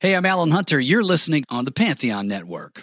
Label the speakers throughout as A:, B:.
A: Hey, I'm Alan Hunter. You're listening on the Pantheon Network.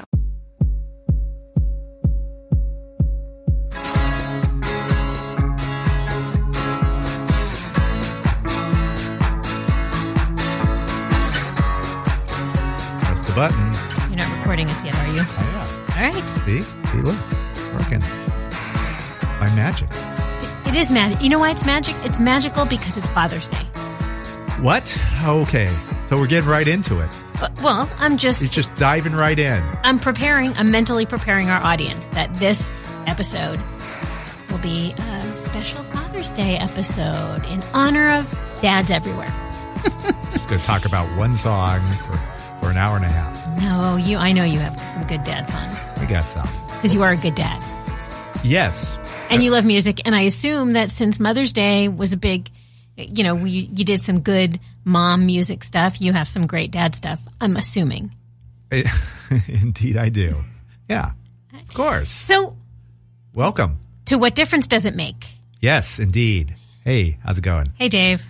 B: Press the button.
C: You're not recording us yet, are you?
B: Oh,
C: All right.
B: See? See, look. Working. By magic.
C: It is magic. You know why it's magic? It's magical because it's Father's Day.
B: What? Okay. So we're getting right into it.
C: But, well, I'm
B: It's
C: just,
B: just diving right in.
C: I'm preparing, I'm mentally preparing our audience that this episode will be a special Father's Day episode in honor of dads everywhere.
B: Just going to talk about one song for, for an hour and a half.
C: No, you, I know you have some good dad songs
B: We got some.
C: because you are a good dad
B: Yes.
C: and you love music. And I assume that since Mother's Day was a big, you know, you, you did some good mom music stuff, you have some great dad stuff. I'm assuming.
B: Indeed, I do. Yeah. Of course.
C: So,
B: Welcome.
C: to what difference does it make?
B: Yes, indeed. Hey, how's it going?
C: Hey, Dave.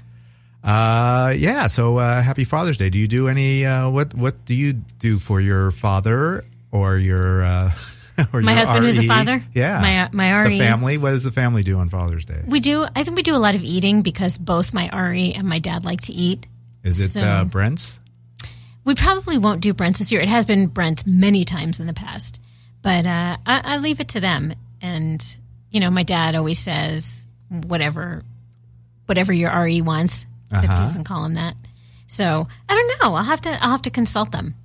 B: Uh, yeah. So, uh, happy Father's Day. Do you do any? Uh, what What do you do for your father or your? Uh, or
C: My
B: your
C: husband who's a
B: RE?
C: father?
B: Yeah.
C: My- E. my RE.
B: The family. What does the family do on Father's Day?
C: We do. I think we do a lot of eating because both my RE and my dad like to eat.
B: Is it
C: So-
B: uh, Brent's?
C: We probably won't do Brent's this year. It has been Brent many times in the past, but uh, I, I leave it to them. And you know, my dad always says whatever, whatever your RE wants.
B: Uh-huh.
C: Except he doesn't call him that. So I don't know. I'll have to. I'll have to consult them.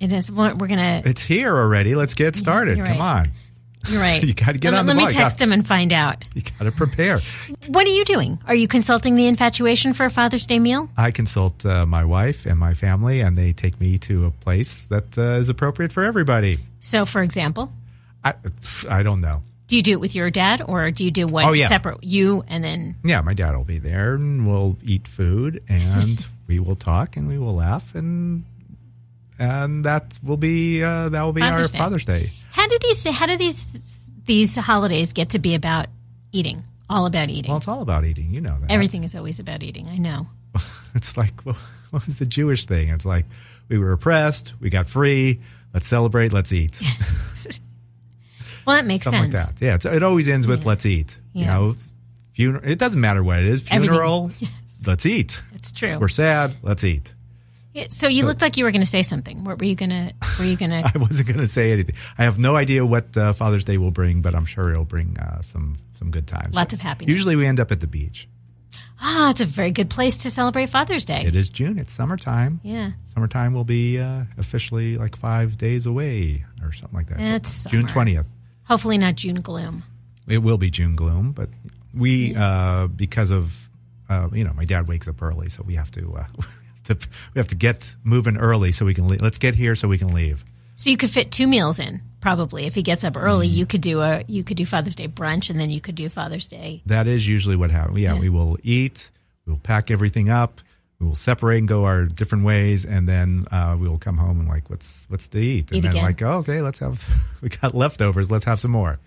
C: It is. We're we're gonna.
B: It's here already. Let's get started.
C: you're
B: Come
C: right.
B: on.
C: You're right.
B: You gotta get
C: let,
B: on the
C: Let
B: ball.
C: me
B: You gotta-
C: text him and find out.
B: You got to prepare.
C: What are you doing? Are you consulting the infatuation for a Father's Day meal?
B: I consult uh, my wife and my family, and they take me to a place that uh, is appropriate for everybody.
C: So, for example,
B: I, I don't know.
C: do you do it with your dad or do you do one
B: Oh, yeah.
C: separate you and then
B: Yeah, my dad will be there, and we'll eat food, and we will talk, and we will laugh, and and that will be uh, that will be
C: Father's
B: our
C: Day.
B: Father's Day.
C: how do these how do these these holidays get to be about eating? All about eating.
B: Well, it's all about eating, you know that.
C: Everything is always about eating. I know.
B: It's like what was the Jewish thing? It's like we were oppressed, we got free. Let's celebrate. Let's eat.
C: Well, that makes
B: something
C: sense.
B: like that. Yeah, it's, it always ends with "let's eat." You
C: Yeah.
B: know, funeral. It doesn't matter what it is.
C: Everything.
B: Funeral. Let's eat.
C: It's true.
B: We're sad. Let's eat.
C: Yeah, so you looked like you were going to say something. What were you going to were you going to
B: I wasn't going to say anything. I have no idea what uh, Father's Day will bring, but I'm sure it'll bring uh, some some good times.
C: Lots of happiness.
B: Usually, we end up at the beach.
C: Ah, it's a very good place to celebrate Father's Day.
B: It is June. It's summertime.
C: Yeah.
B: Summertime will be uh, officially like five days away or something like that. So
C: It's
B: June
C: summer.
B: twentieth.
C: Hopefully not June gloom.
B: It will be June gloom, but we uh, because of uh, you know my dad wakes up early, so we have to, uh, we have to we have to get moving early so we can leave. let's get here so we can leave.
C: So you could fit two meals in probably if he gets up early. You could do a you could do Father's Day brunch and then you could do Father's Day.
B: That is usually what happens. Yeah, we will eat, we will pack everything up, we will separate and go our different ways, and then uh, we will come home and like what's what's to eat, and
C: Eat
B: then
C: again.
B: like oh, okay, let's have we got leftovers, let's have some more.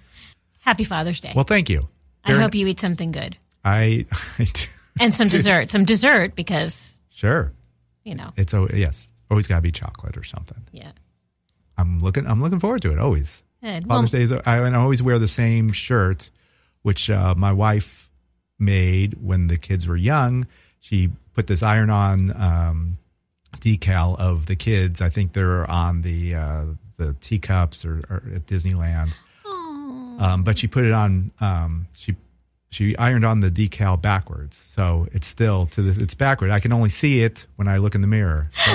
C: Happy Father's Day.
B: Well, thank you.
C: I hope you eat something good
B: I, I do-
C: and some dessert. Some dessert because
B: sure
C: you know
B: it's oh yes always got to be chocolate or something.
C: yeah.
B: I'm looking. I'm looking forward to it always.
C: Good. Well,
B: Father's Day is. I, and I always wear the same shirt, which uh, my wife made when the kids were young. She put this iron-on um, decal of the kids. I think they're on the uh, the teacups or, or at Disneyland. Um, but she put it on. Um, she she ironed on the decal backwards, so it's still to the, it's backward. I can only see it when I look in the mirror, so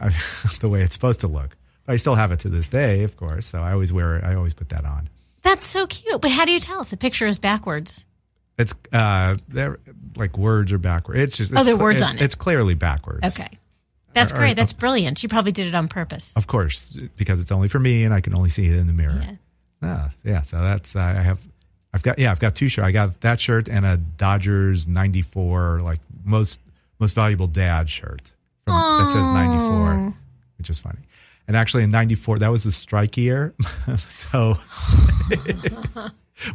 B: I, the way it's supposed to look. But I still have it to this day, of course. So I always wear. it. I always put that on.
C: that's so cute. But how do you tell if the picture is backwards?
B: It's uh, they're- like words are backward. It's just
C: Oh,
B: it's
C: there are
B: cl-
C: words
B: it's-
C: on it.
B: It's clearly backwards.
C: Okay. That's
B: Or-
C: great. That's brilliant. She probably did it on purpose.
B: Of course, because it's only for me and I can only see it in the mirror.
C: Yeah.
B: Ah, yeah. So that's I have, I've got yeah, I've got two shirts. I got that shirt and a Dodgers '94 like most most valuable dad shirt from, that says '94, which is funny. And actually, in '94, that was the strike year, so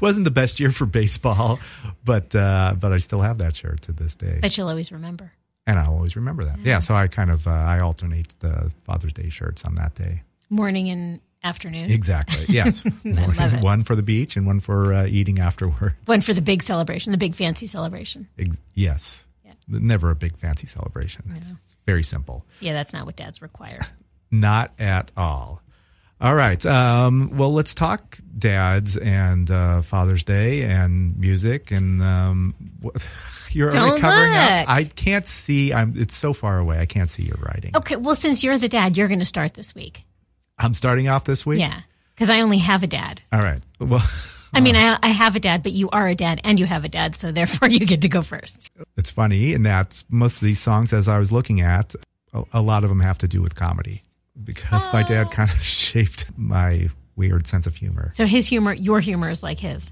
B: wasn't the best year for baseball, but uh, but I still have that shirt to this day,
C: But you'll always remember.
B: and I'll always remember that.
C: Mm.
B: Yeah. So I kind of uh, I alternate the Father's Day shirts on that day.
C: Morning and afternoon.
B: Exactly. Yes.
C: love it.
B: one for the beach and one for uh, eating afterward.
C: One for the big celebration, the big fancy celebration.
B: Ex- yes. Never a big fancy celebration. It's very simple.
C: Yeah, that's not what dads require.
B: Not at all. All right. Um, well, let's talk dads and uh, Father's Day and music and um, what, you're already
C: Don't
B: covering
C: look.
B: up. I can't see. I'm. It's so far away. I can't see your writing.
C: Okay, well, since you're the dad, you're going to start this week.
B: I'm starting off this week.
C: Yeah, because I only have a dad.
B: All right. Well,
C: I mean, I, I have a dad, but you are a dad and you have a dad, so therefore you get to go first.
B: it's funny in that most of these songs, as I was looking at, a, a lot of them have to do with comedy because my dad kind of shaped my weird sense of humor.
C: So his humor, your humor is like his.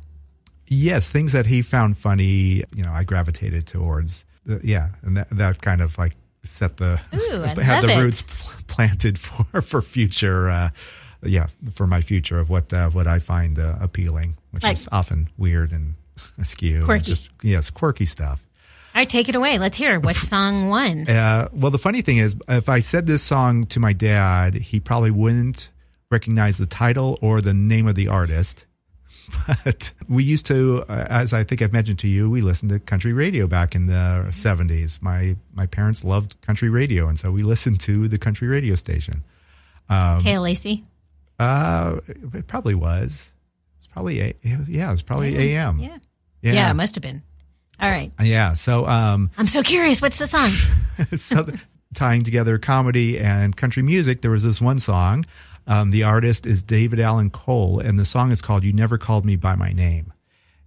B: Yes, things that he found funny, you know, I gravitated towards. Uh, yeah, and that, that kind of like set the
C: Ooh, I love
B: had the
C: it.
B: roots pl- planted for for future. Uh, yeah, for my future of what uh, what I find uh, appealing, which
C: Like-
B: is often weird and askew, and
C: Quirky.
B: just yes, quirky stuff.
C: All right, take it away. Let's hear what's song one.
B: Uh, well, the funny thing is, if I said this song to my dad, he probably wouldn't recognize the title or the name of the artist. But we used to, uh, as I think I've mentioned to you, we listened to country radio back in the seventies. My my parents loved country radio, and so we listened to the country radio station. Um,
C: Kay Lacey.
B: Uh, it it probably was. It's probably a, yeah. It was probably AM.
C: Yeah.
B: Yeah.
C: yeah, it must have been. All right.
B: Yeah. So um,
C: I'm so curious. What's the song?
B: so th- tying together comedy and country music, there was this one song. Um, the artist is David Allen Cole, and the song is called "You Never Called Me by My Name."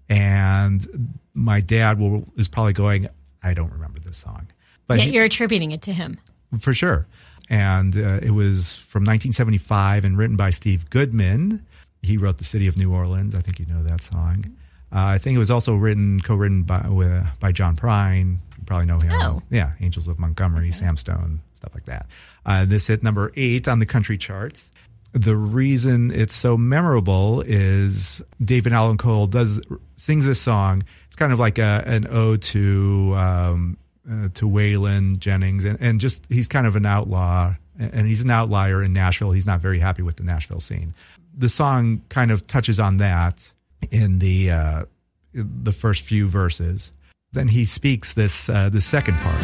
B: And my dad will is probably going, "I don't remember this song," but
C: yeah,
B: he-
C: you're attributing it to him.
B: for sure. And uh, it was from 1975 and written by Steve Goodman. He wrote "The City of New Orleans." I think you know that song. Uh, I think it was also written, co-written by with, uh, by John Prine. You probably know him.
C: Oh.
B: yeah, Angels of Montgomery, Sam Stone, stuff like that. Uh, this hit number eight on the country charts. The reason it's so memorable is David Allen Cole does sings this song. It's kind of like a, an ode to um, uh, to Waylon Jennings, and, and just he's kind of an outlaw, and he's an outlier in Nashville. He's not very happy with the Nashville scene. The song kind of touches on that in the uh, the first few verses. Then he speaks this uh, the second part.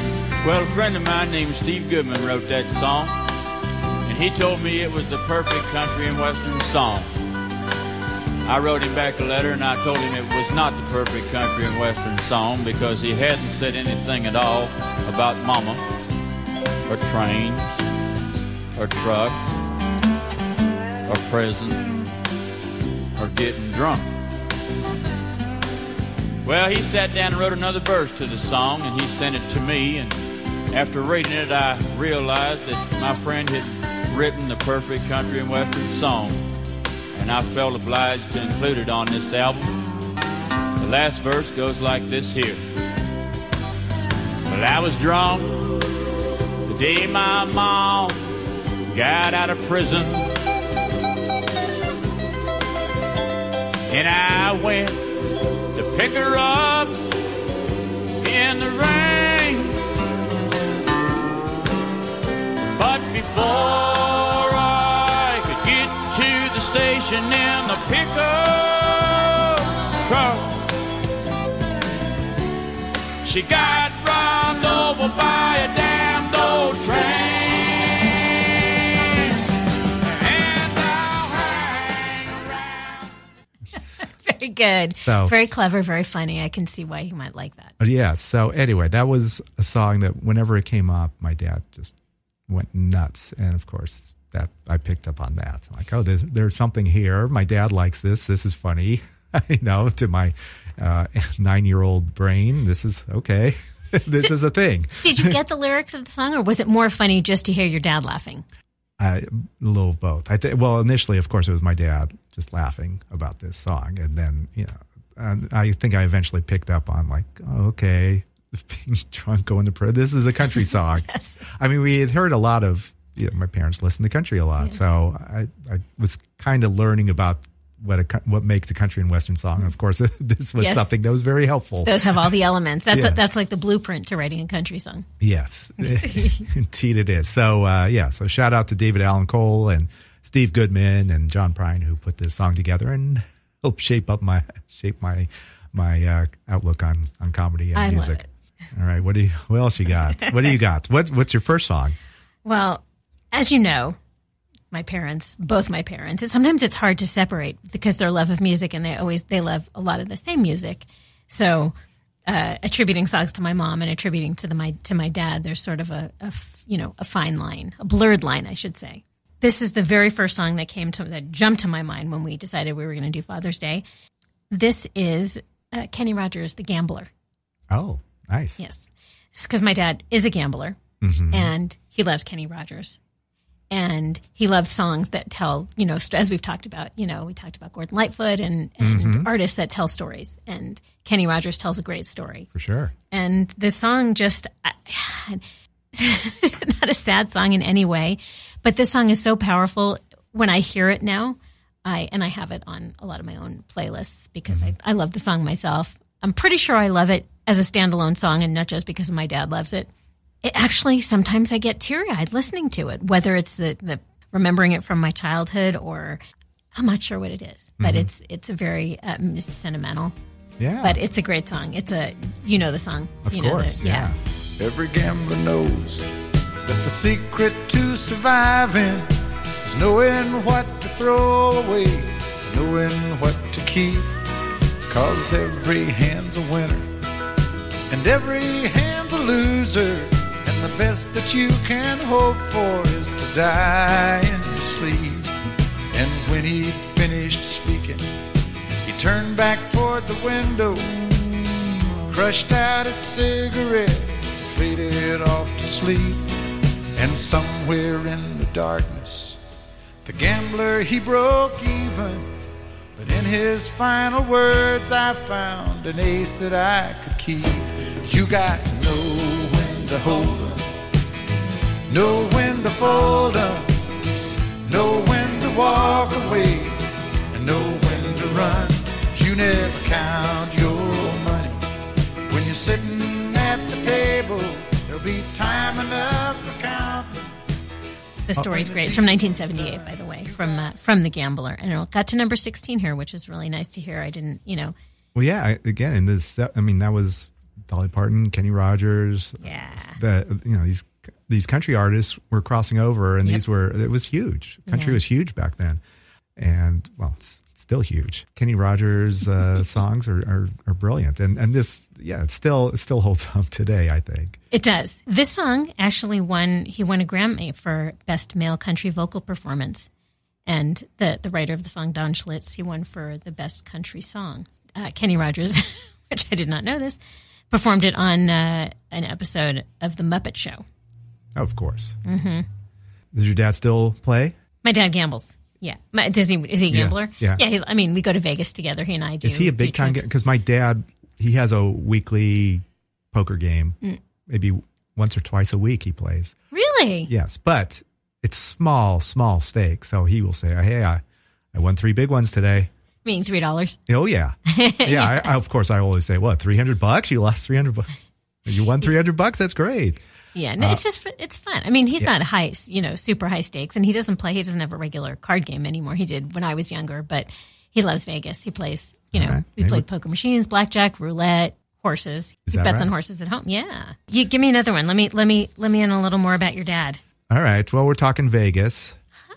D: Well, a friend of mine named Steve Goodman wrote that song, and he told me it was the perfect country and western song. I wrote him back a letter and I told him it was not the perfect country and western song because he hadn't said anything at all about mama, or trains, or trucks, or prison, or getting drunk. Well, he sat down and wrote another verse to the song, and he sent it to me. And after reading it, I realized that my friend had written the perfect country and western song, and I felt obliged to include it on this album. The last verse goes like this here. Well, I was drunk the day my mom got out of prison, and I went to pick her up in the rain. But before I could get to the station in the pickup truck, she got run over by a damned old train. And I'll hang around.
C: Very good.
B: So-
C: Very clever. Very funny. I can see why you might like that.
B: But Uh, yeah. So anyway, that was a song that whenever it came up, my dad just went nuts, and of course that I picked up on that. I'm like, oh, there's there's something here. My dad likes this. This is funny. you know, to my uh, nine year old brain, this is okay. this is a thing.
C: Did you get the lyrics of the song, or was it more funny just to hear your dad laughing?
B: I, a little of both. I th- well, initially, of course, it was my dad just laughing about this song, and then you know, and I think I eventually picked up on like, oh, okay, being drunk going to prayer. This is a country song.
C: Yes.
B: I mean, we had heard a lot of. You know, my parents listened to country a lot, so I, I was kind of learning about what a, co- what makes a country and western song. And of course, this was
C: Mm-hmm. Yes.
B: something that was very helpful.
C: Those have all the elements. That's
B: Yeah.
C: that's like the blueprint to writing a country song.
B: Yes, indeed it is. So uh, yeah, so shout out to David Allen Cole and Steve Goodman and John Prine who put this song together and helped shape up my shape my my uh, outlook on on comedy and
C: I love
B: music.
C: it.
B: All right, what do you what else you got? What do you got? What what's your first song?
C: Well, as you know, my parents, both my parents, and sometimes it's hard to separate because their love of music and they always they love a lot of the same music. So uh, attributing songs to my mom and attributing to the my to my dad, there's sort of a, a f- you know a fine line, a blurred line, I should say. This is the very first song that came to that jumped to my mind when we decided we were going to do Father's Day. This is uh, Kenny Rogers, "The Gambler."
B: Oh, nice.
C: Yes. Because my dad is a gambler and he loves Kenny Rogers. And he loves songs that tell, you know, st- as we've talked about, you know, we talked about Gordon Lightfoot and, and artists that tell stories. And Kenny Rogers tells a great story.
B: For sure.
C: And this song just, I, it's not a sad song in any way, but this song is so powerful. When I hear it now, I and I have it on a lot of my own playlists because I, I love the song myself. I'm pretty sure I love it as a standalone song and not just because my dad loves it. It actually sometimes I get teary eyed listening to it, whether it's the, the remembering it from my childhood or I'm not sure what it is, but it's it's a very um, sentimental
B: Yeah.
C: but it's a great song. It's a you know the song.
B: of
C: you
B: course.
C: know the, yeah.
E: Every gambler knows that the secret to surviving is knowing what to throw away, knowing what to keep. Cause every hand's a winner, and every hand's a loser. And the best that you can hope for is to die in your sleep. And when he finished speaking, he turned back toward the window, crushed out a cigarette, faded off to sleep, and somewhere in the darkness, the gambler he broke even. But in his final words, I found an ace that I could keep. You got to know when to hold 'em, know when to fold 'em, know when to walk away and know when to run. You never count your money when you're sitting at the table. There'll be time enough for counting.
C: The story's great. It's from 1978, by the way, from uh, from The Gambler, and it got to number 16 here, which is really nice to hear. I didn't, you know,
B: Well, yeah. I- Again, in this, I mean, that was Dolly Parton, Kenny Rogers.
C: Yeah.
B: The you know these these country artists were crossing over, and
C: Yep.
B: these were it was huge. Country
C: Yeah.
B: was huge back then, and well, it's still huge. Kenny Rogers uh, songs are, are are brilliant, and and this yeah, it still it still holds up today. I think.
C: it does. This song actually won. He won a Grammy for best male country vocal performance, and the the writer of the song, Don Schlitz, he won for the best country song. Uh, Kenny Rogers, which I did not know this, performed it on uh, an episode of The Muppet Show.
B: Of course. Mm-hmm. Does your dad still play?
C: My dad gambles. Yeah. My, does he? Is he a
B: Yeah,
C: gambler?
B: yeah.
C: he, I mean, we go to Vegas together. He and I do.
B: Is he a
C: do
B: big time?
C: trips.
B: Because my dad, he has a weekly poker game,
C: Mm.
B: maybe once or twice a week. He plays.
C: Really?
B: Yes, but it's small, small stakes. So he will say, "Hey, I, I won three big ones today."
C: Meaning three dollars.
B: Oh yeah, yeah. I, I, of course, I always say, "What? Three hundred bucks? You lost three hundred bucks? You won three hundred bucks? That's great."
C: Yeah. No, it's
B: Uh-huh.
C: just it's fun. I mean, he's not high, you know, super high stakes, and he doesn't play. He doesn't have a regular card game anymore. He did when I was younger, but he loves Vegas. He plays. You know,
B: Alright,
C: we
B: maybe-
C: played poker machines, blackjack, roulette, horses.
B: Is
C: he
B: that
C: bets on
B: right?
C: horses at home. Yeah. You give me another one. Let me let me let me in a little more about your dad.
B: All right. Well, we're talking Vegas.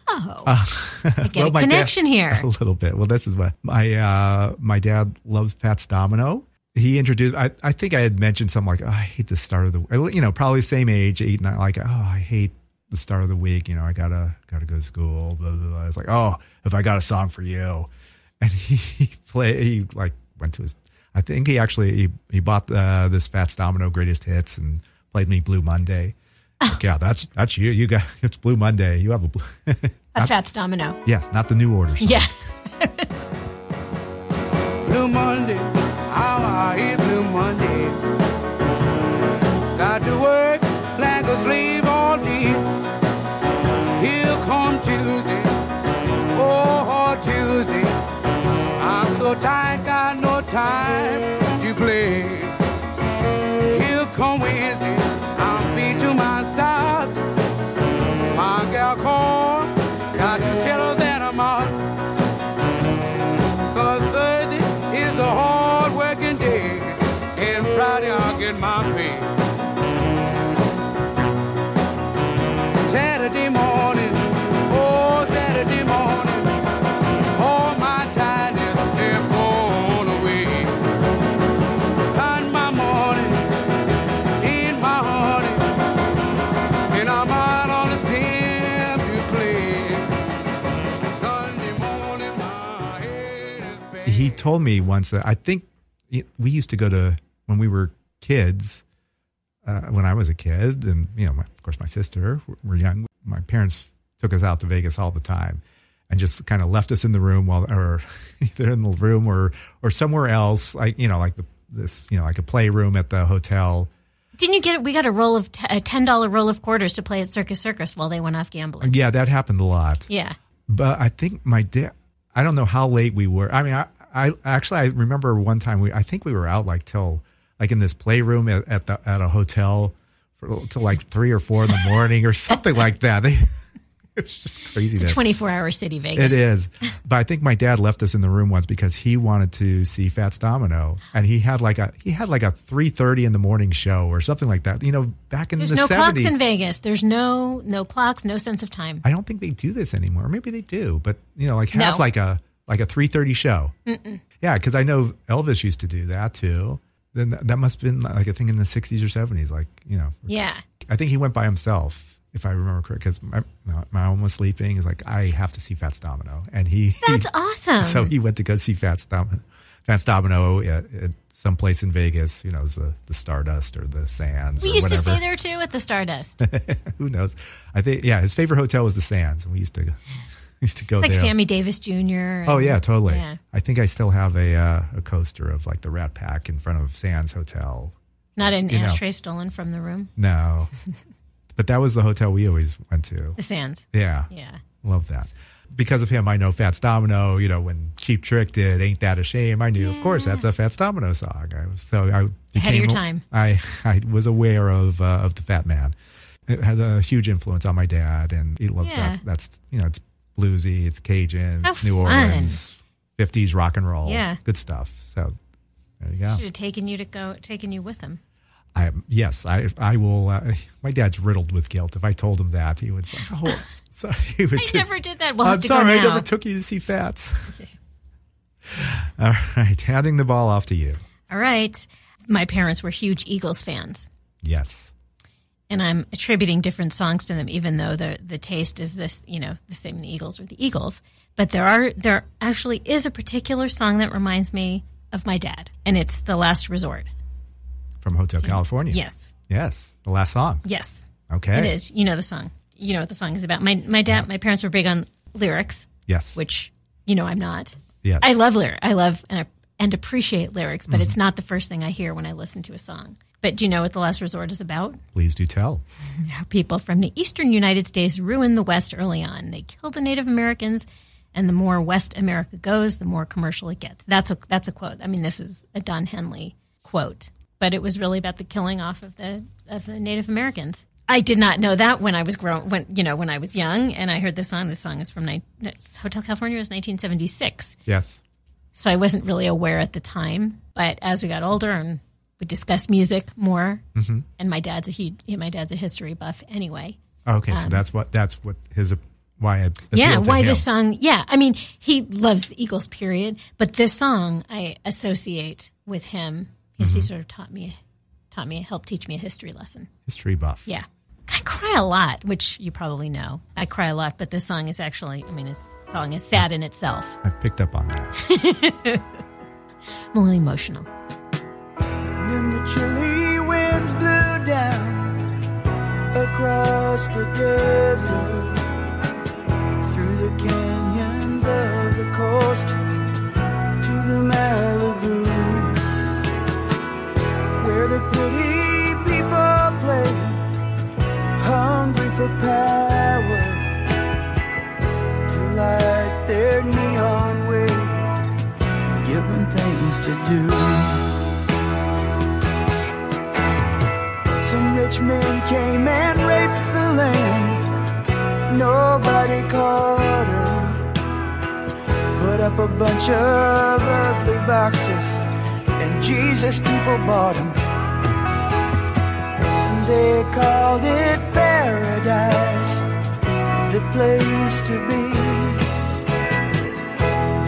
C: Oh,
B: Uh, I
C: get a connection here.
B: A little bit. Well, this is what my uh, my dad loves Pat's Domino. He introduced. I, I think I had mentioned something like, oh, "I hate the start of the." I- You know, probably same age, eight, nine. Like, oh, I hate the start of the week. You know, I gotta gotta go to school. Blah blah. blah. I was like, "Oh, if I got a song for you," and he, he play. He like went to his. I think he actually he, he bought uh, this Fats Domino Greatest Hits and played me Blue Monday. Like, yeah, that's that's you. You got it's Blue Monday. You have a blue.
C: A Fats Domino.
B: yes, not the New Order. Song.
C: Yeah.
F: Blue Monday, how I eat Blue Monday. Got to work like a slave all day. Here come Tuesday, oh Tuesday. I'm so tired, got no time to play. Here come Wednesday, I'm beat to my side. My gal called, got to tell her that I'm out. Cause Thursday is a hard working day, and Friday I'll get my pay. Saturday morning, oh Saturday morning, all my tiredness they're blown away. On my morning, in my honey, and I'm out on the stand to play. Sunday morning, my head is banging.
B: he told me once that I think it- we used to go to when we were kids. Uh, when I was a kid, and you know, my, of course, my sister were- were young. My parents took us out to Vegas all the time, and just kind of left us in the room while, or either in the room or or somewhere else, like you know, like the, this, you know, like a playroom at the hotel.
C: Didn't you get it? We got a roll of t- a ten dollar roll of quarters to play at Circus Circus while they went off gambling.
B: Yeah, that happened a lot.
C: Yeah.
B: But I think my dad. I don't know how late we were. I mean, I, I actually I remember one time we. I think we were out like till like in this playroom at, at the at a hotel for till like three or four in the morning or something like that. They, it's just crazy.
C: It's a twenty four hour city Vegas.
B: It is. But I think my dad left us in the room once because he wanted to see Fats Domino and he had like a he had like a 3:30 in the morning show or something like that. You know, back in
C: There's
B: the
C: no
B: 70s.
C: clocks in Vegas. There's no no clocks, no sense of time.
B: I don't think they do this anymore. Maybe they do, but you know, like have
C: No.
B: like a like a three thirty show. Yeah, because I know Elvis used to do that too. Then that, that must have been like a thing in the sixties or seventies. Like you know,
C: Yeah.
B: I think he went by himself if I remember correct. Because my my my mom was sleeping. Is like I have to see Fats Domino, and he
C: That's awesome.
B: so he went to go see Fats Domino. Fats Domino at, at some place in Vegas. You know, it was the the Stardust or the Sands.
C: we
B: or
C: used
B: whatever. Oh,
C: to stay there too at the Stardust.
B: Who knows? I think yeah, his favorite hotel was the Sands, and we used to we used to go
C: like
B: there.
C: Sammy Davis Jr. and-
B: Oh yeah, totally.
C: Yeah.
B: I think I still have a uh, a coaster of like the Rat Pack in front of Sands Hotel.
C: Not an
B: You know.
C: ashtray stolen from the room.
B: No, but that was the hotel we always went to.
C: The Sands.
B: Yeah,
C: Yeah.
B: love that. Because of him, I know Fats Domino. You know when Cheap Trick did "Ain't That a Shame," I knew, of course, that's a Fats Domino song. I was so I became,
C: Ahead of your time.
B: I I was aware of uh, of the Fat Man. It had a huge influence on my dad, and he loves
C: Yeah.
B: that. That's you know it's bluesy, it's Cajun,
C: How
B: it's New
C: fun.
B: Orleans, fifties rock and roll.
C: Yeah.
B: good stuff. So there you go.
C: Should have taken you to go, taken you with him.
B: I yes, I I will. Uh, my dad's riddled with guilt. If I told him that, he would say, "Oh, I'm sorry." He would
C: I
B: just,
C: never did that. We'll
B: I'm
C: have to
B: sorry,
C: go
B: I
C: now.
B: never took you to see Fats. All right, handing the ball off to you.
C: All right. My parents were huge Eagles fans,
B: Yes,
C: and I'm attributing different songs to them, even though the the taste is this, you know, the same. The Eagles or the Eagles, but there are there actually is a particular song that reminds me of my dad, and it's "The Last Resort."
B: from Hotel California.
C: Yes,
B: yes, the last song.
C: yes,
B: Okay,
C: it is. You know the song. You know what the song is about. My my dad, my parents were big on lyrics,
B: Yes,
C: which you know I'm not.
B: yes,
C: I love lyric. I love and, and appreciate lyrics, but it's not the first thing I hear when I listen to a song. But do you know what The Last Resort is about?
B: Please do tell.
C: How people from the eastern United States ruined the West early on. They killed the Native Americans, and the more West America goes, the more commercial it gets. That's a that's a quote. I mean, this is a Don Henley quote, but it was really about the killing off of the of the Native Americans. I did not know that when I was grown when you know when I was young, and I heard this song. This song is from nine, Hotel California was 1976
B: Yes,
C: so I wasn't really aware at the time. But as we got older and we discussed music more, and my dad's a huge, my dad's a history buff anyway.
B: okay. so that's what that's what his why it
C: Um, yeah,
B: appealed to
C: why
B: him.
C: this song? Yeah, I mean, he loves the Eagles, period. But this song I associate with him because
B: Mm-hmm.
C: he sort of taught me, taught me, helped teach me a history lesson.
B: history buff.
C: Yeah. I cry a lot, which you probably know. I cry a lot, but this song is actually, I mean, this song is sad in itself.
B: I've picked up on that.
C: I'm a little emotional.
G: And the chilly winds blew down across the desert, through the canyons of the coast to the Malibu, where the pretty people play, hungry for power to light their neon way, given things to do. Some rich men came and raped the land. Nobody caught her. Put up a bunch of ugly boxes, and Jesus people bought 'em. And they called it paradise, the place to be.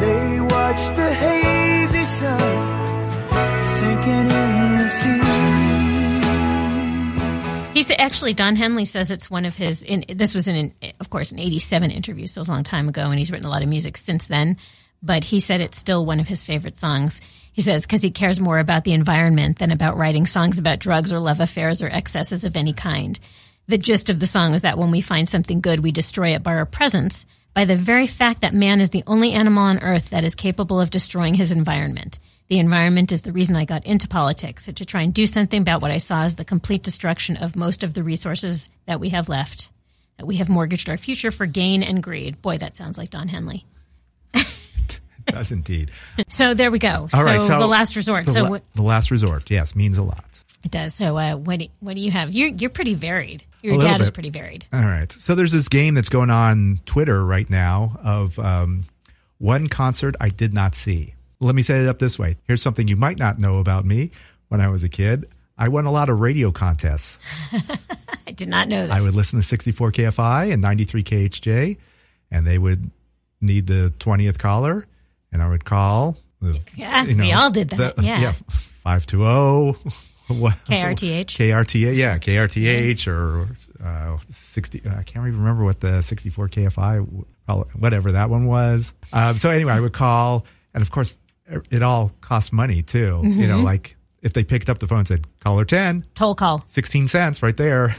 G: They watched the hazy sun sinking in the sea.
C: He's actually Don Henley says it's one of his. In, this was in, an, of course, an '87 interview, so it's a long time ago, and he's written a lot of music since then. But he said it's still one of his favorite songs. He says because he cares more about the environment than about writing songs about drugs or love affairs or excesses of any kind. The gist of the song is that when we find something good, we destroy it by our presence, by the very fact that man is the only animal on earth that is capable of destroying his environment. The environment is the reason I got into politics, so to try and do something about what I saw as the complete destruction of most of the resources that we have left, that we have mortgaged our future for gain and greed. Boy, that sounds like Don Henley.
B: It does indeed.
C: So there we go.
B: All
C: so,
B: right,
C: the last resort.
B: The,
C: so
B: la-
C: what
B: the last resort, yes, means a lot.
C: it does. So uh, what do, what do you have? You're you're pretty varied. Your
B: little
C: dad is
B: bit.
C: pretty varied.
B: All right. So there's this game that's going on Twitter right now of um, one concert I did not see. Let me set it up this way. Here's something you might not know about me. When I was a kid, I won a lot of radio contests.
C: I did not know this.
B: I would listen to 64 KFI and 93 KHJ, and they would need the 20th caller, and I would call. The,
C: Yeah, we all did that. Yeah.
B: 520. oh, what-
C: KRTH.
B: KRTA, yeah, KRTH or uh, 60, I can't even remember what the 64 KFI, w- probably- whatever that one was. Um, so anyway, I would call, and of course, it all costs money too. You
C: Mm-hmm.
B: know, like if they picked up the phone and said, caller 10,
C: Toll call.
B: 16 cents right there.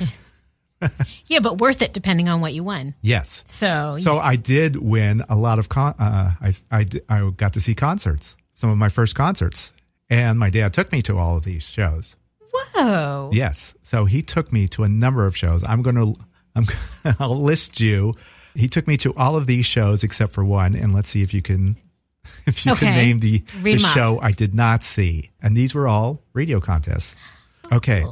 C: Yeah, but worth it depending on what you won.
B: yes.
C: So,
B: So I did win a lot of con. Uh, I, I di- I got to see concerts, some of my first concerts, and my dad took me to all of these shows.
C: whoa.
B: Yes, so he took me to a number of shows. I'm going to I'm I'll list you. He took me to all of these shows except for one, and let's see if you can if you
C: Okay.
B: can name the,
C: Read
B: the
C: 'em off.
B: show I did not see. And these were all radio contests. Okay.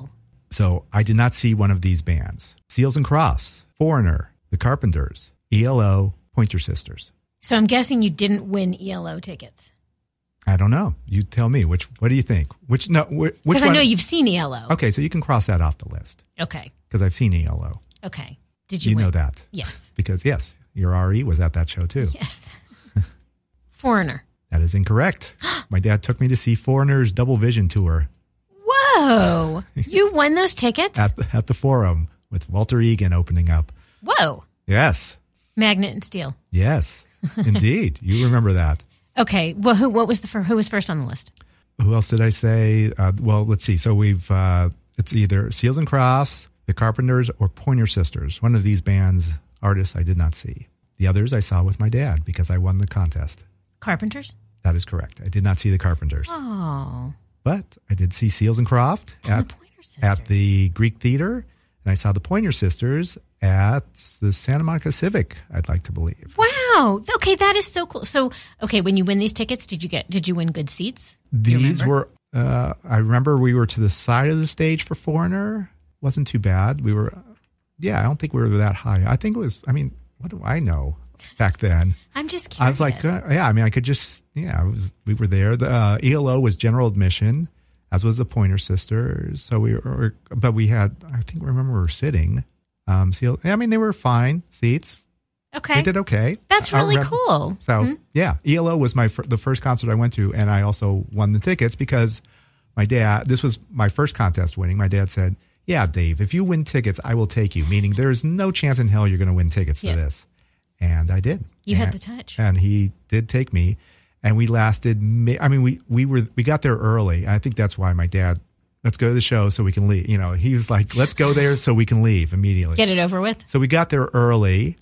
B: So I did not see one of these bands. Seals and Crofts, Foreigner, The Carpenters, ELO, Pointer Sisters.
C: So I'm guessing you didn't win ELO tickets
B: I don't know. You tell me which what do you think? Which no wh- which
C: because I
B: one-
C: know you've seen ELO.
B: Okay, so you can cross that off the list
C: Okay.
B: because I've seen ELO.
C: Okay. Did you?
B: You,
C: win?
B: know that.
C: Yes.
B: Because yes, your RE was at that show too.
C: Yes. Foreigner.
B: That is incorrect. My dad took me to see Foreigner's Double Vision tour
C: Whoa! you won those tickets.
B: at the, at the Forum with Walter Egan opening up.
C: Whoa!
B: Yes,
C: Magnet and steel.
B: yes, indeed. You remember that.
C: Okay. Well, who? What was the fir- who was first on the list?
B: Who else did I say? Uh, well, let's see. So we've uh, it's either Seals and Crofts, The Carpenters, or Pointer Sisters. One of these bands artists I did not see. The others I saw with my dad because I won the contest.
C: Carpenters.
B: That is correct. I did not see The Carpenters,
C: Oh,
B: but I did see Seals and Croft
C: and
B: at
C: the Pointer Sisters.
B: at the Greek Theater, and I saw the Pointer Sisters at the Santa Monica Civic. I'd like to believe
C: Wow. Okay, that is so cool. So, okay, when you win these tickets, did you get? Did you win good seats? You
B: these
C: remember?
B: were. Uh, I remember we were to the side of the stage for Foreigner. wasn't too bad. We were, yeah. I don't think we were that high. I think it was. I mean, what do I know? Back then,
C: I'm just
B: I
C: curious.
B: was like, uh, yeah. I mean, I could just, yeah. I was. We were there. The uh, ELO was general admission, as was the Pointer Sisters. So we were, but we had. I think remember we were sitting. Um, so, I mean, they were fine seats.
C: okay.
B: They did okay.
C: That's
B: I- I
C: really
B: remem-
C: cool. Hmm?
B: So yeah, ELO was my fir- the first concert I went to, and I also won the tickets because my dad. This was my first contest winning. My dad said, "Yeah, Dave, if you win tickets, I will take you." Meaning there is no chance in hell you're going to win tickets
C: Yeah.
B: to this, and I did.
C: You had
B: And-
C: the touch.
B: and he did take me. and we lasted. ma- I mean, we we were we got there early. I think that's why my dad. Let's go to the show so we can leave. You know, he was like, "Let's go there so we can leave immediately."
C: Get it over with.
B: So we got there early,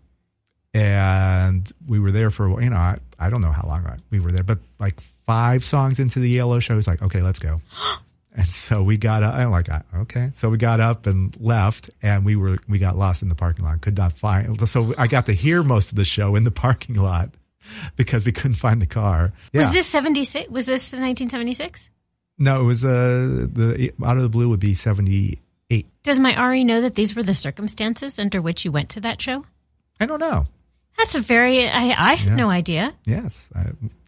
B: and we were there for you know I, I don't know how long I- we were there, but like five songs into the yellow show, he's like, "Okay, let's go." And so we got up. I'm like, okay. So we got up and left, and we were we got lost in the parking lot. Could not find. So I got to hear most of the show in the parking lot because we couldn't find the car. Yeah.
C: Was this 76? Was this 1976?
B: no? It was uh the out of the blue would be seventy eight.
C: Does my RE know that these were the circumstances under which you went to that show?
B: I don't know.
C: That's a very, I, I had
B: Yeah.
C: no idea.
B: Yes, I,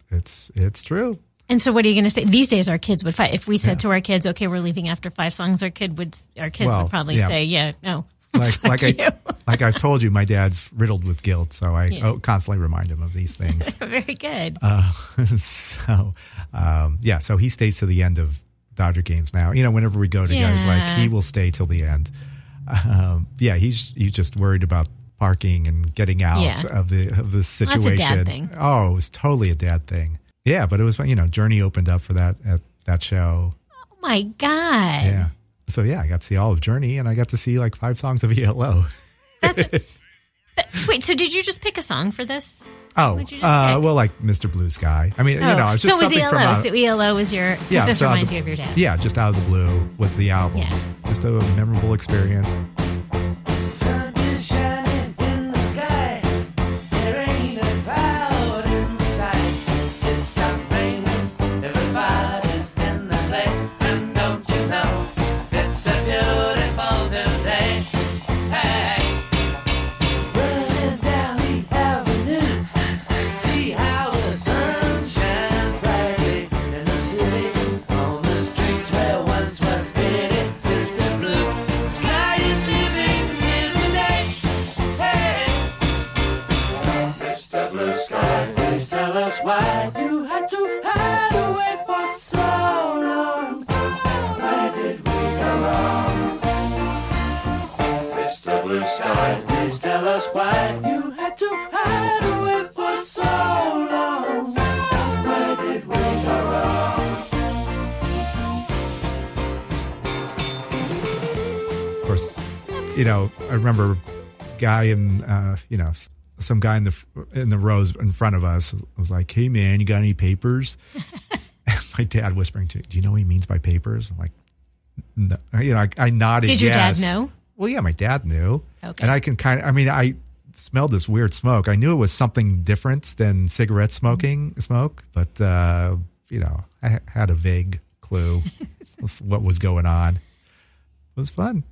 B: it's it's true.
C: And so, what are you going to say? These days, our kids would fight. If we said to our kids, "Okay, we're leaving after five songs," our kid would, our kids
B: Well,
C: would probably
B: yeah.
C: say, "Yeah, no."
B: like like I
C: you.
B: like I've told you, my dad's riddled with guilt, so I oh, constantly remind him of these things.
C: Very good.
B: uh, so um, yeah, so he stays to the end of Dodger games now. You know, whenever we go to guys, like
C: Yeah.
B: he will stay till the end. Um, yeah, he's he's just worried about parking and getting out
C: Yeah.
B: of the of
C: Well,
B: the
C: that's a
B: situation.
C: dad thing.
B: Oh, it was totally a dad thing. Yeah, but it was you know Journey opened up for that at that show.
C: oh my god,
B: Yeah. So yeah, I got to see all of Journey, and I got to see like five songs of E ELO.
C: that's. A, but, wait, so did you just pick a song for this?
B: Oh,
C: What'd you just
B: uh,
C: pick? Oh,
B: well, like Mr. Blue Sky. I mean, you know, it's just
C: so it was
B: something from
C: ELO.
B: out,
C: So E ELO was your. 'cause this
B: so out
C: reminds
B: the-
C: you of your dad.
B: Yeah, just out of the blue was the album.
C: Yeah.
B: Just a memorable experience.
G: Sun is shining in the sky. There ain't a cloud in sight. It stopped raining. Everybody's in the place. And don't you know, it's a beautiful new day. Hey. Running down the avenue. See how the sun shines brightly in the city. On the streets where once was pity. Mr. Blue Sky is living in the day. Hey. Mr. Blue Sky, please tell us why you had to hide away for so long. Where did we go wrong? Mr. Blue Sky, please tell us why you had to hide away for so long. Where did we go wrong?
B: Of course, you know, I remember guy in, uh, you know, s- some guy in the f- in the rows in front of us was like, "Hey man, you got any papers?" And My dad whispering to, me, "Do you know what he means by papers?" I'm like, no. you know, I, I nodded.
C: Did your dad
B: yes.
C: know?
B: Well, yeah, my dad knew.
C: Okay.
B: And I can kind of, I mean, I smelled this weird smoke. I knew it was something different than cigarette
C: Mm-hmm.
B: smoking smoke, but, uh, you know, I ha- had a vague clue as what was going on. It was fun.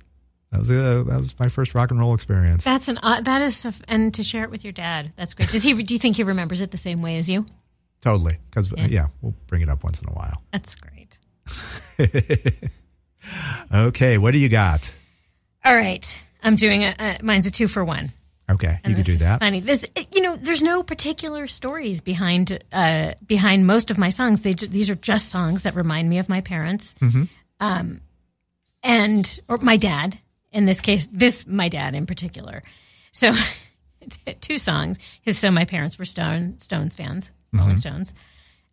B: That was, uh, that was my first rock and roll experience.
C: That's an uh, that is a f- and to share it with your dad. That's great. Does he? Do you think he remembers it the same way as you?
B: Totally. Because,
C: Yeah.
B: yeah, we'll bring it up once in a while.
C: That's great.
B: Okay. What do you got?
C: All right, I'm doing a, a mine's a two for one.
B: Okay.
C: And
B: you
C: this
B: can do
C: is
B: that.
C: Funny, this you know, there's no particular stories behind uh, behind most of my songs. They ju- these are just songs that remind me of my parents,
B: Mm-hmm.
C: um, and or my dad. In this case, this my dad in particular. So, two songs. His so my parents were Stone Stones fans,
B: Mm-hmm.
C: Rolling Stones.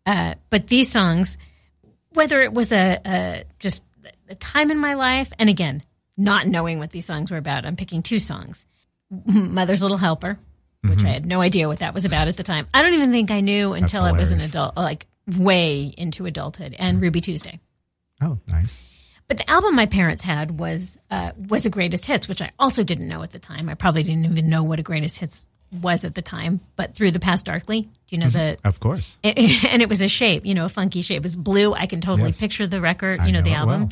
C: Uh, but these songs, whether it was a, a just a time in my life, and again, not knowing what these songs were about, I'm picking two songs. Mother's Little Helper, which I had no idea what that was about at the time. I don't even think I knew until I was an
B: hilarious.
C: adult, like way into adulthood, and Ruby Tuesday.
B: Oh, nice.
C: But the album my parents had was uh, was the greatest hits, which I also didn't know at the time. I probably didn't even know what a greatest hits was at the time. But through the past darkly, do you know the
B: Of course.
C: it- and it was a shape, you know, a funky shape. It was blue. I can totally
B: Yes.
C: picture the record,
B: I
C: you know, the
B: know it
C: album.
B: well.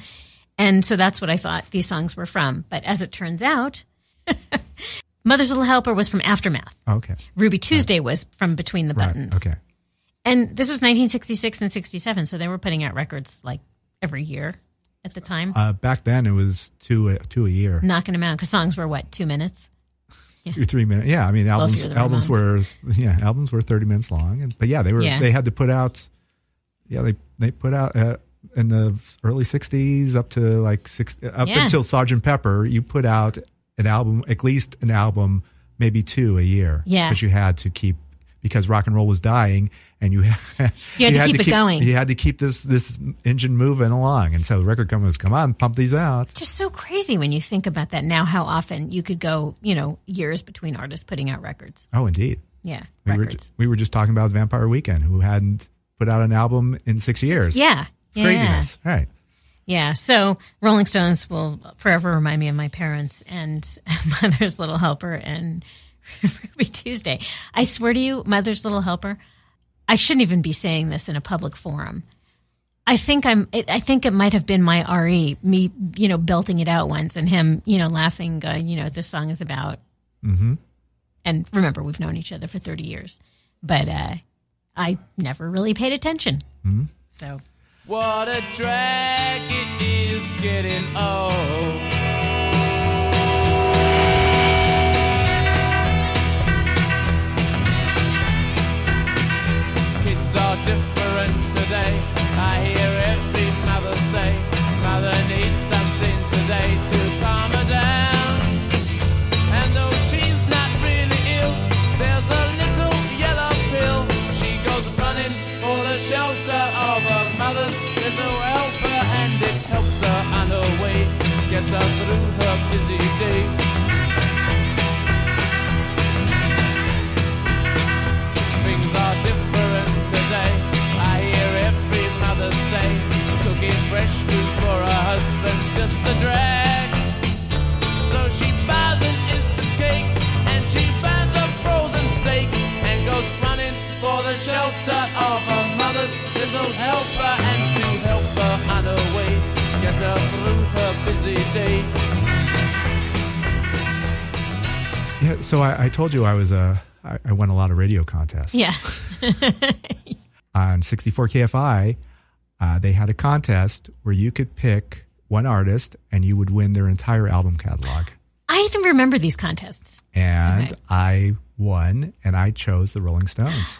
C: And so that's what I thought these songs were from. But as it turns out, Mother's Little Helper was from Aftermath.
B: Okay.
C: Ruby Tuesday was from Between the
B: Right.
C: Buttons.
B: Okay.
C: And this was 1966 and 67, so they were putting out records like every year at the time,
B: Uh, back then it was two, a, two a year.
C: knocking them out because songs were what, two minutes?
B: two three minute. Yeah, I mean
C: Well, if
B: albums
C: you're the
B: albums
C: Ramones.
B: were yeah albums were thirty minutes long, and but yeah they were
C: Yeah.
B: they had to put out yeah they they put out uh, in the early sixties up to like six up
C: Yeah.
B: until Sergeant Pepper you put out an album at least an album maybe two a year
C: Yeah.
B: but you had to keep because rock and roll was dying, and you had,
C: You had to keep it going.
B: You had to keep this this engine moving along, and so the record companies come on, pump these out.
C: Just so crazy when you think about that now, how often you could go, you know, years between artists putting out records.
B: Oh, indeed.
C: Yeah,
B: We were,
C: records.
B: we were just talking about Vampire Weekend, who hadn't put out an album in six years.
C: Yeah.
B: It's
C: yeah.
B: craziness. Right.
C: Yeah. So Rolling Stones will forever remind me of my parents and Mother's Little Helper and Ruby Tuesday. I swear to you, Mother's Little Helper, I shouldn't even be saying this in a public forum. I think I'm. It, I think it might have been my re me, you know, belting it out once, and him, you know, laughing, going, you know, what this song is about. And remember, we've known each other for thirty years, but uh, I never really paid attention. So
F: What a drag it is getting old. Kids are different today. I hear every mother say, Mother needs something today to calm her down. And though she's not really ill, there's a little yellow pill. She goes running for the shelter of her mother's little helper, and it helps her on her way, gets her through her busy day. Things are different today. I hear every mother say, cooking fresh food for her husband's just a drag. So she buys an instant cake and she finds a frozen steak and goes running for the shelter of her mother's little helper and to help her on her way, get her through her busy day.
B: Yeah. So I, I told you I was a I, I won a lot of radio contests.
C: yeah.
B: on 64 KFI, uh, they had a contest where you could pick one artist and you would win their entire album catalog.
C: I even remember these contests.
B: And
C: Okay.
B: I won and I chose the Rolling Stones.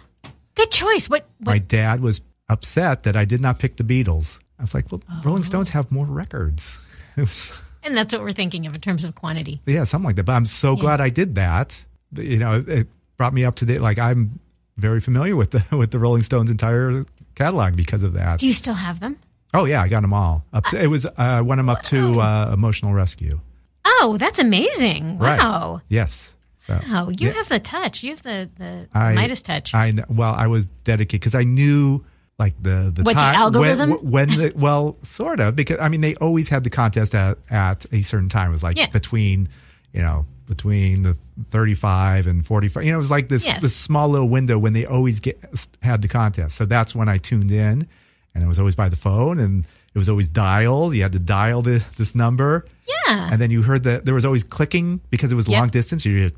C: Good choice. What? what
B: My dad was upset that I did not pick the Beatles. I was like, well,
C: Oh.
B: Rolling Stones have more records. It was,
C: and that's what we're thinking of in terms of quantity.
B: yeah, something like that. But I'm so glad I did that. You know, it, it brought me up to date. Like I'm very familiar with the with the Rolling Stones entire catalog because of that.
C: Do you still have them?
B: Oh yeah, I got them all. Up to, it was uh, when I'm up to uh, emotional rescue.
C: Oh, that's amazing! Wow.
B: Yes. So
C: Wow, you
B: Yeah.
C: have the touch. You have the the
B: I-
C: Midas touch.
B: I kn- well, I was dedicated because I knew like the the
C: What, the
B: time
C: algorithm?
B: when, when the well sort of because I mean they always had the contest at at a certain time. It was like
C: Yeah.
B: between you know between the 35 and 45 you know it was like this
C: Yes.
B: this small little window when they always get had the contest so that's when i tuned in and it was always by the phone and it was always dialed you had to dial the, this number
C: yeah.
B: and then you heard that there was always clicking because it was
C: Yep.
B: long distance. You hear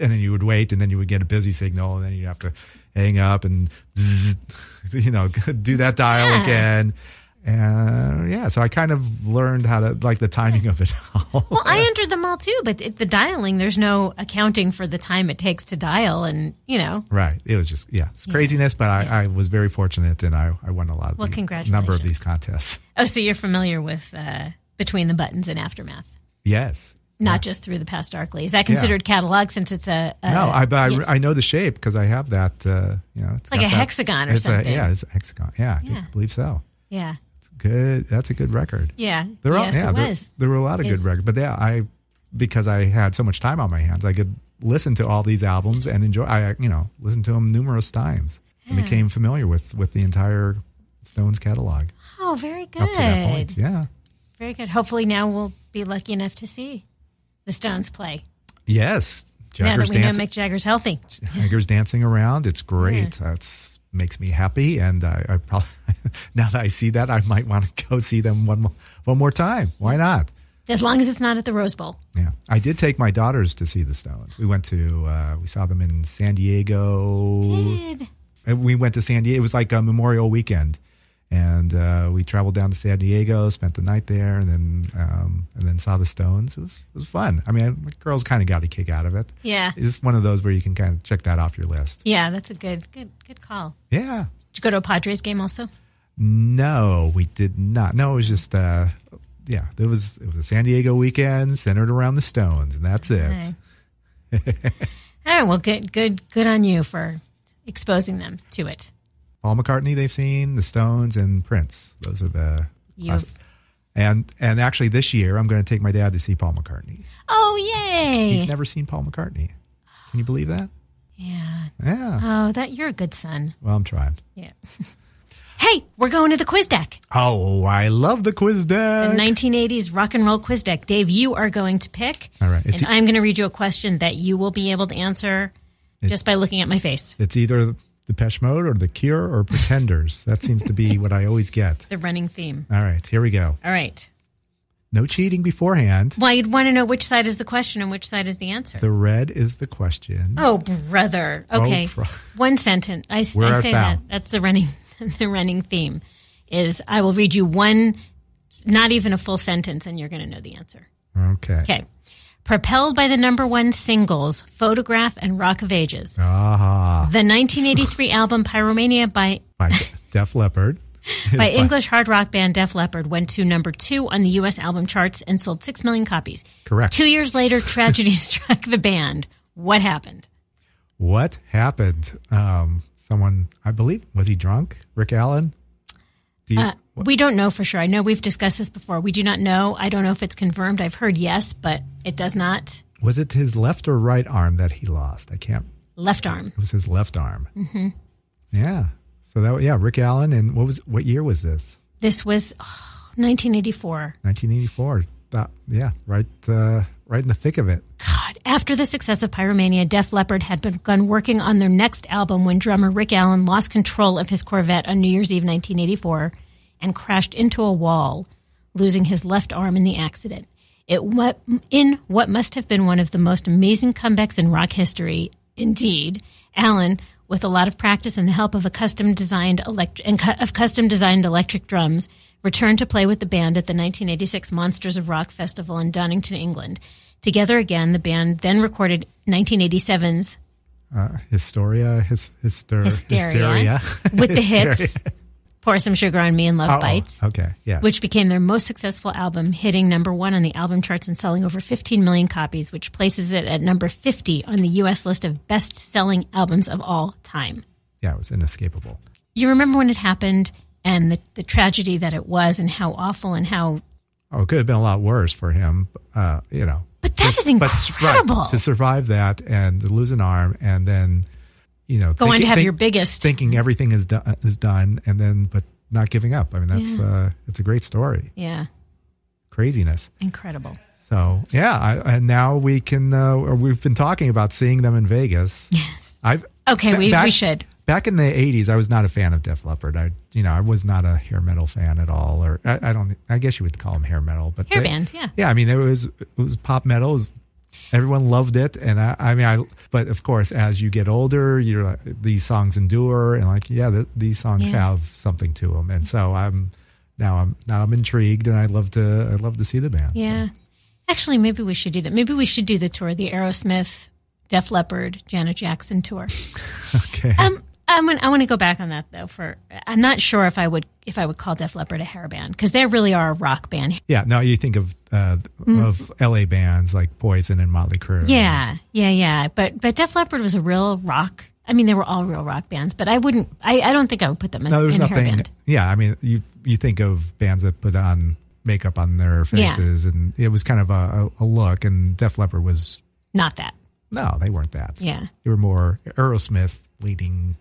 B: and then you would wait, and then you would get a busy signal, and then you'd have to hang up and bzzz, you know do that dial
C: Yeah.
B: again. And yeah, so I kind of learned how to like the timing of it all.
C: well, I entered them all too, but it, the dialing, there's no accounting for the time it takes to dial, and you know,
B: right, it was just yeah, it's craziness. But I, I was very fortunate, and I, I won a lot. Of
C: Well,
B: the number of
C: congratulations.
B: these contests.
C: oh, so you're familiar with uh, between the buttons and aftermath,
B: Yes.
C: not just through the past darkly. Is that considered catalog since it's a, a
B: No, I, but I,
C: Uh, yeah.
B: I know the shape because I have that. Uh, you know, it's
C: Like
B: got
C: a
B: that-
C: hexagon or
B: it's a-
C: something.
B: yeah, it's a hexagon. Yeah, I, think-
C: Yeah.
B: I believe so.
C: yeah
B: It's good. That's a good record.
C: yeah
B: There are,
C: yes
B: yeah,
C: it
B: there,
C: was
B: there were a lot of
C: Yes.
B: good records, but yeah, I because I had so much time on my hands, I could listen to all these albums and enjoy. I you know listened to them numerous times and became familiar with with the entire Stones catalog
C: oh very good
B: up to that point. Yeah.
C: very good. Hopefully now we'll be lucky enough to see the Stones play.
B: Yes.
C: now that
B: Jagger's
C: we know
B: dancing.
C: Mick Jagger's healthy.
B: Hager's dancing around. It's great. That's makes me happy, and I, I probably now that I see that, I might want to go see them one more, one more time. Why not?
C: As long as it's not at the Rose Bowl.
B: Yeah, I did take my daughters to see the Stones. We went to uh, we saw them in San Diego.
C: Did.
B: And we went to San Diego. It was like a Memorial Weekend, and uh, we traveled down to San Diego, spent the night there, and then um, and then saw the Stones. It was it was fun. I mean, my girls kind of got a kick out of it.
C: Yeah.
B: It's one of those where you can kind of check that off your list.
C: Yeah, that's a good good good call.
B: Yeah.
C: Did you go to a Padres game also?
B: No, we did not. No, it was just uh yeah, there was it was a San Diego weekend centered around the Stones, and that's it.
C: Okay. All right, well, good, good, good on you for exposing them to it.
B: Paul McCartney, they've seen the Stones and Prince. Those are the
C: You-
B: classic. And and actually, this year I'm going to take my dad to see Paul McCartney.
C: Oh, yay!
B: He's never seen Paul McCartney. Can you believe that?
C: yeah.
B: Yeah.
C: Oh, that you're a good son.
B: Well, I'm trying.
C: Yeah. hey, we're going to the quiz deck.
B: Oh, I love the quiz
C: The
B: deck.
C: 1980s rock and roll quiz deck. Dave, you are going to pick.
B: All right. It's e-
C: and i I'm going to read you a question that you will be able to answer just by looking at my face.
B: It's either Depeche Mode or The Cure or Pretenders. that seems to be what I always get.
C: The running theme.
B: All right, here we go.
C: All right.
B: No cheating beforehand.
C: Well, you'd want to know which side is the question and which side is the answer.
B: The red is the question.
C: oh, brother. Okay.
B: bro-
C: One sentence. I, I
B: Where art
C: say
B: thou?
C: that. That's the running the running theme is I will read you one not even a full sentence and you're going to know the answer.
B: Okay.
C: Okay. Propelled by the number one singles, Photograph and Rock of Ages.
B: Ah,
C: The 1983 album Pyromania by
B: by Def Leppard.
C: by English hard rock band Def Leppard went to number two on the U.S. album charts and sold six million copies.
B: Correct.
C: Two years later, tragedy struck the band. What happened?
B: What happened? Um, someone, I believe, was he drunk? Rick Allen? Do you,
C: Uh, we don't know for sure. I know we've discussed this before. We do not know. I don't know if it's confirmed. I've heard yes, but it does not.
B: was it his left or right arm that he lost? I can't.
C: Left arm.
B: It was his left arm. Mm-hmm. Yeah. So that yeah, Rick Allen, and what was what year was this?
C: This was oh, 1984.
B: 1984. That, yeah, right, uh, right in the thick of it.
C: God, after the success of Pyromania, Def Leppard had begun working on their next album when drummer Rick Allen lost control of his Corvette on New Year's Eve 1984 and crashed into a wall, losing his left arm in the accident. It what, in what must have been one of the most amazing comebacks in rock history, indeed. Allen, with a lot of practice and the help of a custom designed elect- and cu- of custom designed electric drums, returned to play with the band at the 1986 Monsters of Rock Festival in Donington, England. Together again, the band then recorded 1987's
B: Uh, Historia, his, hyster,
C: Hysteria,
B: hysteria.
C: with the hits Pour Some Sugar on Me and Love
B: Oh,
C: Bites,
B: Okay, yeah.
C: which became their most successful album, hitting number one on the album charts and selling over 15 million copies, which places it at number 50 on the U.S. list of best selling albums of all time.
B: yeah, it was inescapable.
C: You remember when it happened and the, the tragedy that it was and how awful and how.
B: Oh, it could have been a lot worse for him. Uh, you know,
C: But that is
B: but right,
C: incredible.
B: to survive that and to lose an arm, and then you know,
C: Go on to have your
B: biggest.
C: biggest.
B: thinking everything is done is done and then but not giving up i mean that's uh it's a great story
C: yeah,
B: craziness
C: incredible.
B: so yeah I, and now we can uh or we've been talking about seeing them in vegas yes i've
C: Okay,
B: ba-
C: we,
B: back-
C: we should.
B: back in the 80s i was not a fan of def leppard i you know i was not a hair metal fan at all or i, I don't i guess you would call them hair metal but
C: Hair
B: they-
C: band, yeah.
B: yeah i mean it was it was pop metal it was, everyone loved it and I, I mean i but of course as you get older you're like these songs endure and like yeah th- these songs
C: Yeah.
B: have something to them and so i'm now i'm now i'm intrigued and i'd love to i'd love to see the band So,
C: Yeah. Actually, maybe we should do that. Maybe we should do the tour, the Aerosmith, Def Leppard, Janet Jackson tour.
B: okay
C: um, I'm gonna, I want to go back on that though. For I'm not sure if I would if I would call Def Leppard a hair band because they really are a rock band.
B: yeah now you think of uh of la bands like poison and motley crue
C: mm. Yeah, yeah, yeah. But but Def Leppard was a real rock. I mean, they were all real rock bands, but I wouldn't. I, I don't think I would put them as
B: no, there's
C: in a hair
B: nothing.
C: band.
B: Yeah, I mean, you you think of bands that put on makeup on their
C: Yeah.
B: faces, and it was kind of a, a, a look. And Def Leppard was
C: Not that.
B: no, they weren't that.
C: Yeah,
B: they were more Aerosmith leaning,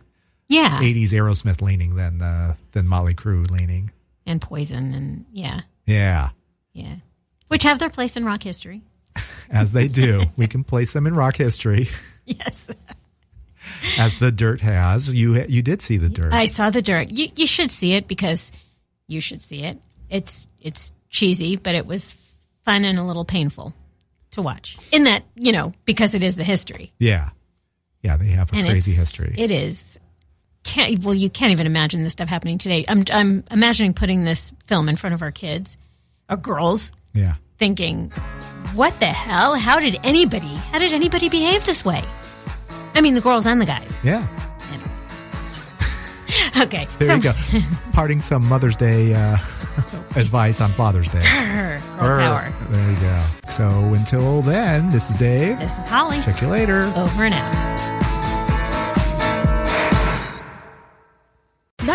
C: yeah.
B: '80s Aerosmith leaning than uh, than Motley Crue leaning.
C: And Poison and yeah,
B: Yeah,
C: yeah. Which have their place in rock history.
B: as they do, we can place them in rock history,
C: Yes.
B: as the Dirt has. You you did see the Dirt.
C: I saw the dirt. You, you should see it because you should see it. It's it's cheesy, but it was fun and a little painful to watch. In that you know because it is the history
B: yeah, yeah, they have a
C: and
B: crazy
C: it's,
B: history.
C: It is. Can't, well, you can't even imagine this stuff happening today. I'm I'm imagining putting this film in front of our kids or girls,
B: yeah,
C: thinking, "What the hell? How did anybody? How did anybody behave this way?" I mean, the girls and the guys.
B: yeah.
C: Okay,
B: There
C: so
B: you go. Parting some Mother's Day. Uh, advice on Father's Day.
C: Girl
B: Err.
C: power.
B: There you go. So until then, this is Dave.
C: This is Holly.
B: Check you later.
C: Over and out.